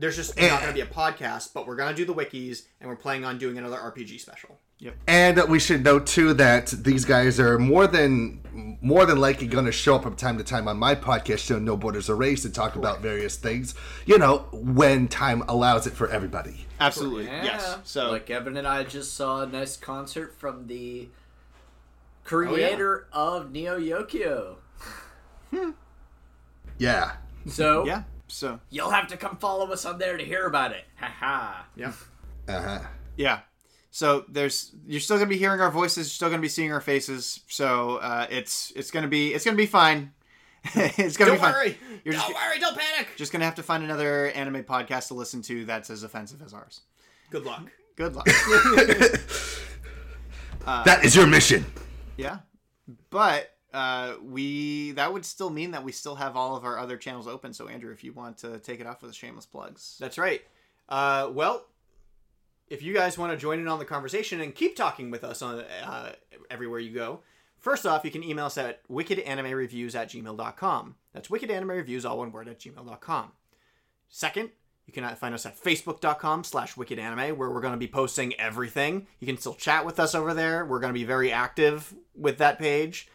E: There's just not going to be a podcast, but we're going to do the wikis, and we're planning on doing another RPG special.
K: And we should note too that these guys are more than more than likely going to show up from time to time on my podcast show, No Borders Erased, and talk about various things. You know, when time allows it for everybody.
F: absolutely. Yes.
D: Yeah.
F: So, Oh,
D: like Evan and I just saw a nice concert from the creator of Neo Yokio.
K: Yeah.
D: So
F: [LAUGHS] yeah. So,
D: you'll have to come follow us on there to hear about it. Haha.
K: Uh huh.
F: Yeah. So there's you're still gonna be hearing our voices, you're still gonna be seeing our faces. So uh, it's it's gonna be it's gonna be fine. [LAUGHS] it's gonna
E: Don't
F: be fine.
E: worry.
F: You're just,
E: Don't worry. Don't panic.
F: just gonna have to find another anime podcast to listen to that's as offensive as ours.
E: Good luck.
F: Good luck. [LAUGHS]
K: that is your mission.
F: yeah. But uh, we that would still mean that we still have all of our other channels open. So Andrew, if you want to take it off with the shameless plugs.
E: That's right. Uh, well, if you guys want to join in on the conversation and keep talking with us on uh, everywhere you go, first off, you can email us at wickedanimereviews at gmail.com. That's wickedanimereviews, all one word, at gmail.com. Second, you can find us at facebook.com slash wickedanime, where we're going to be posting everything. You can still chat with us over there. We're going to be very active with that page.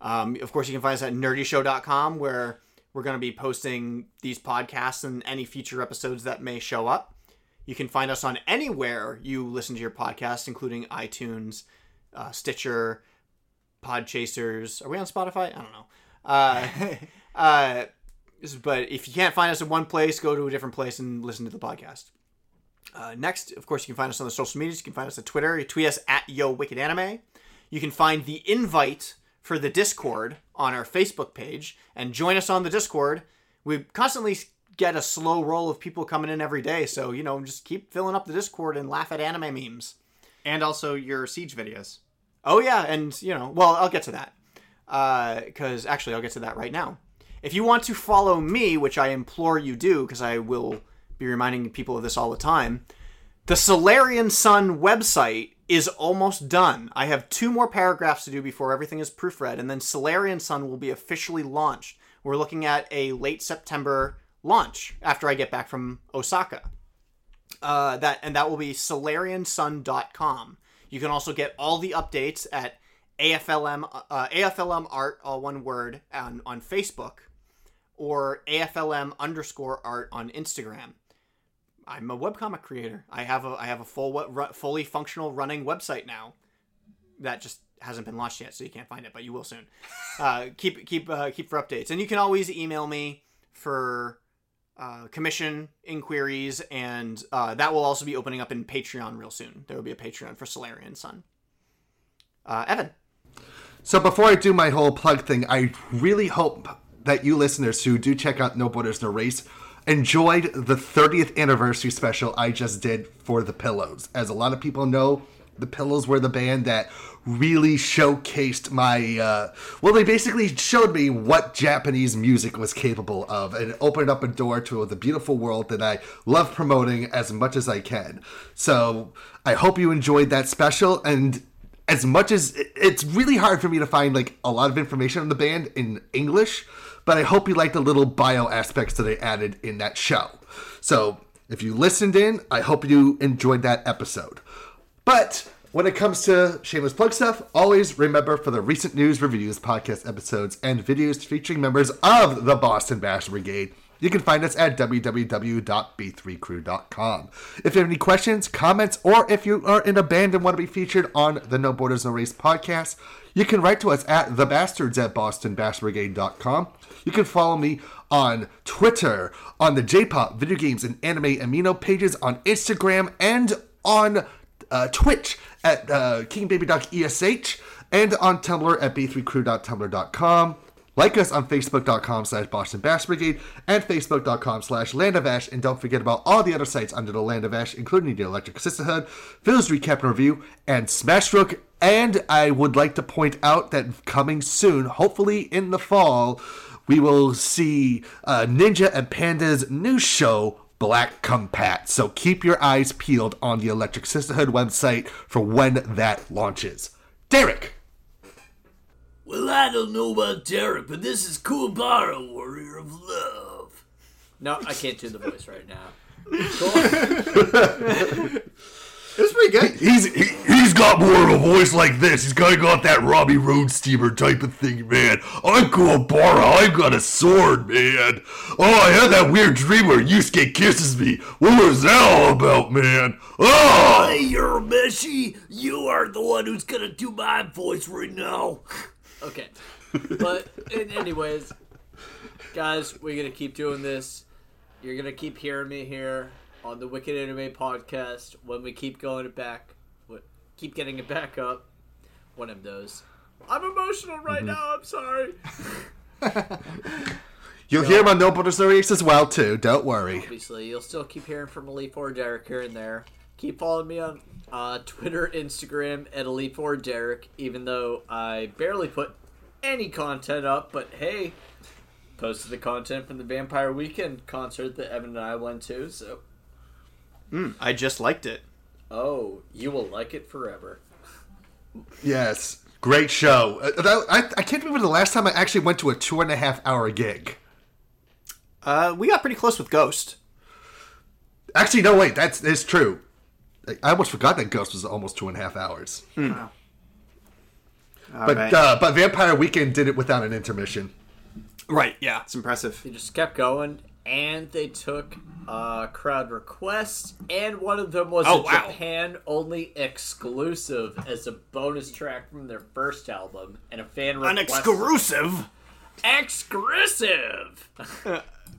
E: Um, of course, you can find us at nerdyshow.com, where we're going to be posting these podcasts and any future episodes that may show up. You can find us on anywhere you listen to your podcast, including iTunes, uh, Stitcher, Podchasers. Are we on Spotify? I don't know. Uh, [LAUGHS] uh, but if you can't find us in one place, go to a different place and listen to the podcast. Uh, next, of course, you can find us on the social medias. You can find us on Twitter. You tweet us at Yo Wicked Anime. You can find the invite for the Discord on our Facebook page and join us on the Discord. We constantly get a slow roll of people coming in every day, so you know, just keep filling up the Discord and laugh at anime memes.
F: And also your siege videos.
E: Oh yeah, and you know, well, I'll get to that. Because Uh, actually, I'll get to that right now. If you want to follow me, which I implore you do, because I will be reminding people of this all the time, the Solarian Sun website is almost done. I have two more paragraphs to do before everything is proofread, and then Solarian Sun will be officially launched. We're looking at a late September launch after I get back from Osaka uh, that and that will be solariansun.com. You can also get all the updates at AFLM uh, AFLM art all one word on on Facebook or AFLM underscore art on Instagram. I'm a webcomic creator. I have a I have a full ru- fully functional running website now. That just hasn't been launched yet, so you can't find it, but you will soon. Uh, keep keep uh, keep for updates, and you can always email me for uh, commission inquiries, and uh, that will also be opening up in Patreon real soon. There will be a Patreon for Solarian Sun. Uh, Evan.
C: So before I do my whole plug thing, I really hope that you listeners who do check out No Borders No Race enjoyed the 30th anniversary special I just did for the Pillows. As a lot of people know, the Pillows were the band that really showcased my uh, well they basically showed me what japanese music was capable of and opened up a door to the beautiful world that i love promoting as much as i can so i hope you enjoyed that special and as much as it's really hard for me to find like a lot of information on the band in english but i hope you liked the little bio aspects that i added in that show so if you listened in i hope you enjoyed that episode but when it comes to shameless plug stuff, always remember for the recent news, reviews, podcast episodes, and videos featuring members of the Boston Bash Brigade, you can find us at www.b3crew.com. If you have any questions, comments, or if you are in a band and want to be featured on the No Borders, No Race podcast, you can write to us at thebastards at bostonbashbrigade.com. You can follow me on Twitter, on the J-pop, video games, and anime amino pages, on Instagram, and on uh, Twitch at uh, King Baby Doc ESH and on Tumblr at b3crew.tumblr.com. Like us on facebook.com slash Boston Bash Brigade and facebook.com slash Land of Ash. And don't forget about all the other sites under the Land of Ash, including the Electric Sisterhood, Phil's Recap and Review, and Smash Rook. And I would like to point out that coming soon, hopefully in the fall, we will see uh, Ninja and Panda's new show, Black Compat. So keep your eyes peeled on the Electric Sisterhood website for when that launches. Derek!
L: Well, I don't know about Derek, but this is Kuwabara, Warrior of Love.
D: No, I can't do the voice right now.
M: it was pretty good.
N: He's he, he's got more of a voice like this. He's kind of got that Robbie Road steamer type of thing, man. I'm Kuwabara. I've got a sword, man. Oh, I had that weird dream where Yusuke kisses me. What was that all about, man? Oh,
L: hey, Yurameshi, you are the one who's gonna do my voice right now.
D: Okay, but anyways, guys, we're gonna keep doing this. You're gonna keep hearing me here on the Wicked Anime Podcast when we keep going it back, keep getting it back up. One of those. I'm emotional right mm-hmm. now. I'm
C: sorry. you'll so, hear my Nobody's No Race as well too. Don't worry.
D: Obviously, you'll still keep hearing from Elite Four Derek here and there. Keep following me on uh, Twitter, Instagram at Elite Four Derek. Even though I barely put any content up, but hey, posted the content from the Vampire Weekend concert that Evan and I went to. So
E: Mm, I just liked it.
D: Oh, you will like it forever.
C: yes, great show. Uh, I, I can't remember the last time I actually went to a two and a half hour gig.
E: Uh, we got pretty close with Ghost.
C: Actually, no, wait, that's is true. I almost forgot that Ghost was almost two and a half hours. Mm. Wow. But right. uh, but Vampire Weekend did it without an intermission.
E: Right. Yeah, it's impressive.
D: They just kept going, and they took uh, crowd requests, and one of them was oh, a wow. Japan only exclusive as a bonus track from their first album, and a fan
E: An
D: request.
E: exclusive.
D: Exclusive.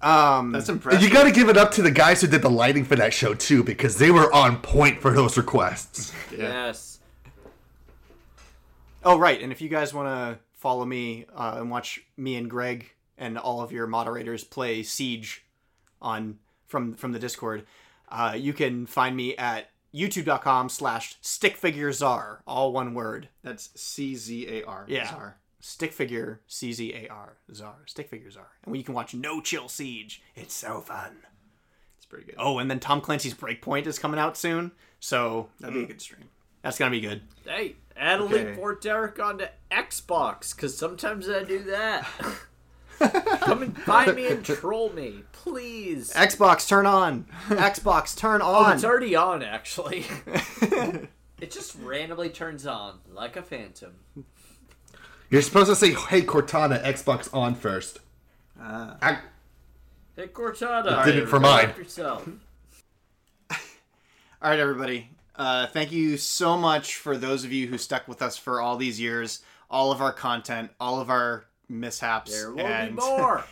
E: um, that's impressive.
C: You got to give it up to the guys who did the lighting for that show too, because they were on point for those requests.
D: yeah. Yes.
E: Oh right, and if you guys want to follow me uh, and watch me and Greg and all of your moderators play Siege on from from the Discord, uh, you can find me at youtube.com slash stickfigurezar, all one word.
M: That's C-Z-A-R.
E: Yeah. Czar. Stick figure, C-Z-A-R, czar. Stick figure czar. And you can watch No Chill Siege. It's so fun.
M: It's pretty good.
E: Oh, and then Tom Clancy's Breakpoint is coming out soon. So mm.
M: that'd be a good stream.
E: That's gonna be good.
D: Hey, add a okay. link for Derek onto Xbox, cause sometimes I do [LAUGHS] that. Come and find me and troll me, please.
E: Xbox, turn
D: [LAUGHS]
E: on. Xbox, turn on.
D: Oh, it's already on, [LAUGHS] actually. it just randomly turns on like a phantom.
C: You're supposed to say, "Hey Cortana, Xbox on" first.
D: Ah.
C: I-
D: Hey Cortana,
C: I did it for mine.
D: help Yourself.
E: All right, everybody. Uh, thank you so much for those of you who stuck with us for all these years, all of our content, all of our mishaps.
D: There will be
E: and... [LAUGHS]
D: [LAUGHS] more.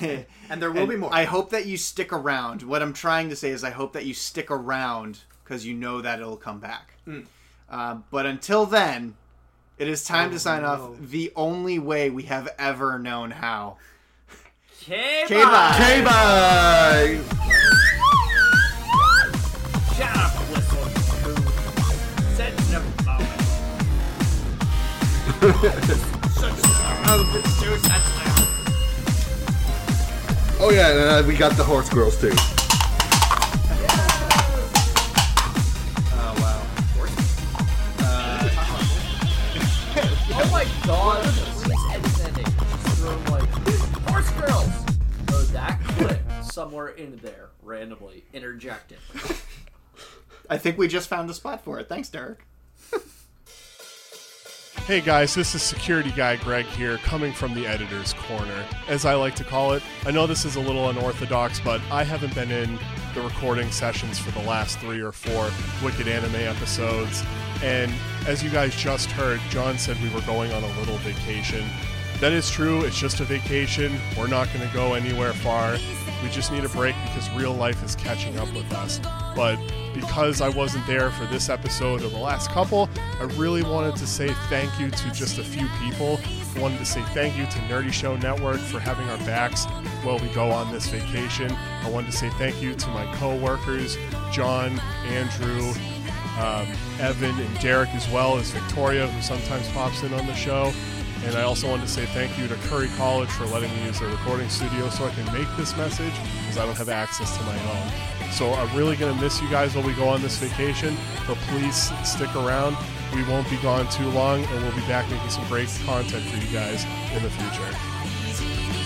E: and
O: there will be more.
E: I hope that you stick around. What I'm trying to say is, I hope that you stick around because you know that it'll come back.
D: Hmm.
O: Mm.
E: Uh, but until then, it is time
O: Oh,
E: to sign
O: no.
E: off the only way we have ever known how.
D: K-bye.
E: K-bye.
P: K-bye.
D: Shut up, whistle. Send them out. Such a
C: Oh yeah, and, uh, we got the horse girls too.
E: Oh wow.
D: Oh my god, please edit that in. Just throw like horse girls. Throw that clip somewhere in there randomly. Interject it.
E: I think we just found the spot for it. Thanks, Derek.
F: Hey guys, this is security guy Greg here, coming from the editor's corner, as I like to call it. I know this is a little unorthodox, but I haven't been in the recording sessions for the last three or four Wicked Anime episodes. And as you guys just heard, John said we were going on a little vacation. That is true, it's just a vacation. We're not going to go anywhere far. We just need a break because real life is catching up with us. But because I wasn't there for this episode or the last couple, I really wanted to say thank you to just a few people. I wanted to say thank you to Nerdy Show Network for having our backs while we go on this vacation. I wanted to say thank you to my co workers, John, Andrew, um, Evan and Derek as well as Victoria, who sometimes pops in on the show. And I also wanted to say thank you to Curry College for letting me use their recording studio so I can make this message because I don't have access to my own. So I'm really going to miss you guys while we go on this vacation, but please stick around. We won't be gone too long, and we'll be back making some great content for you guys in the future.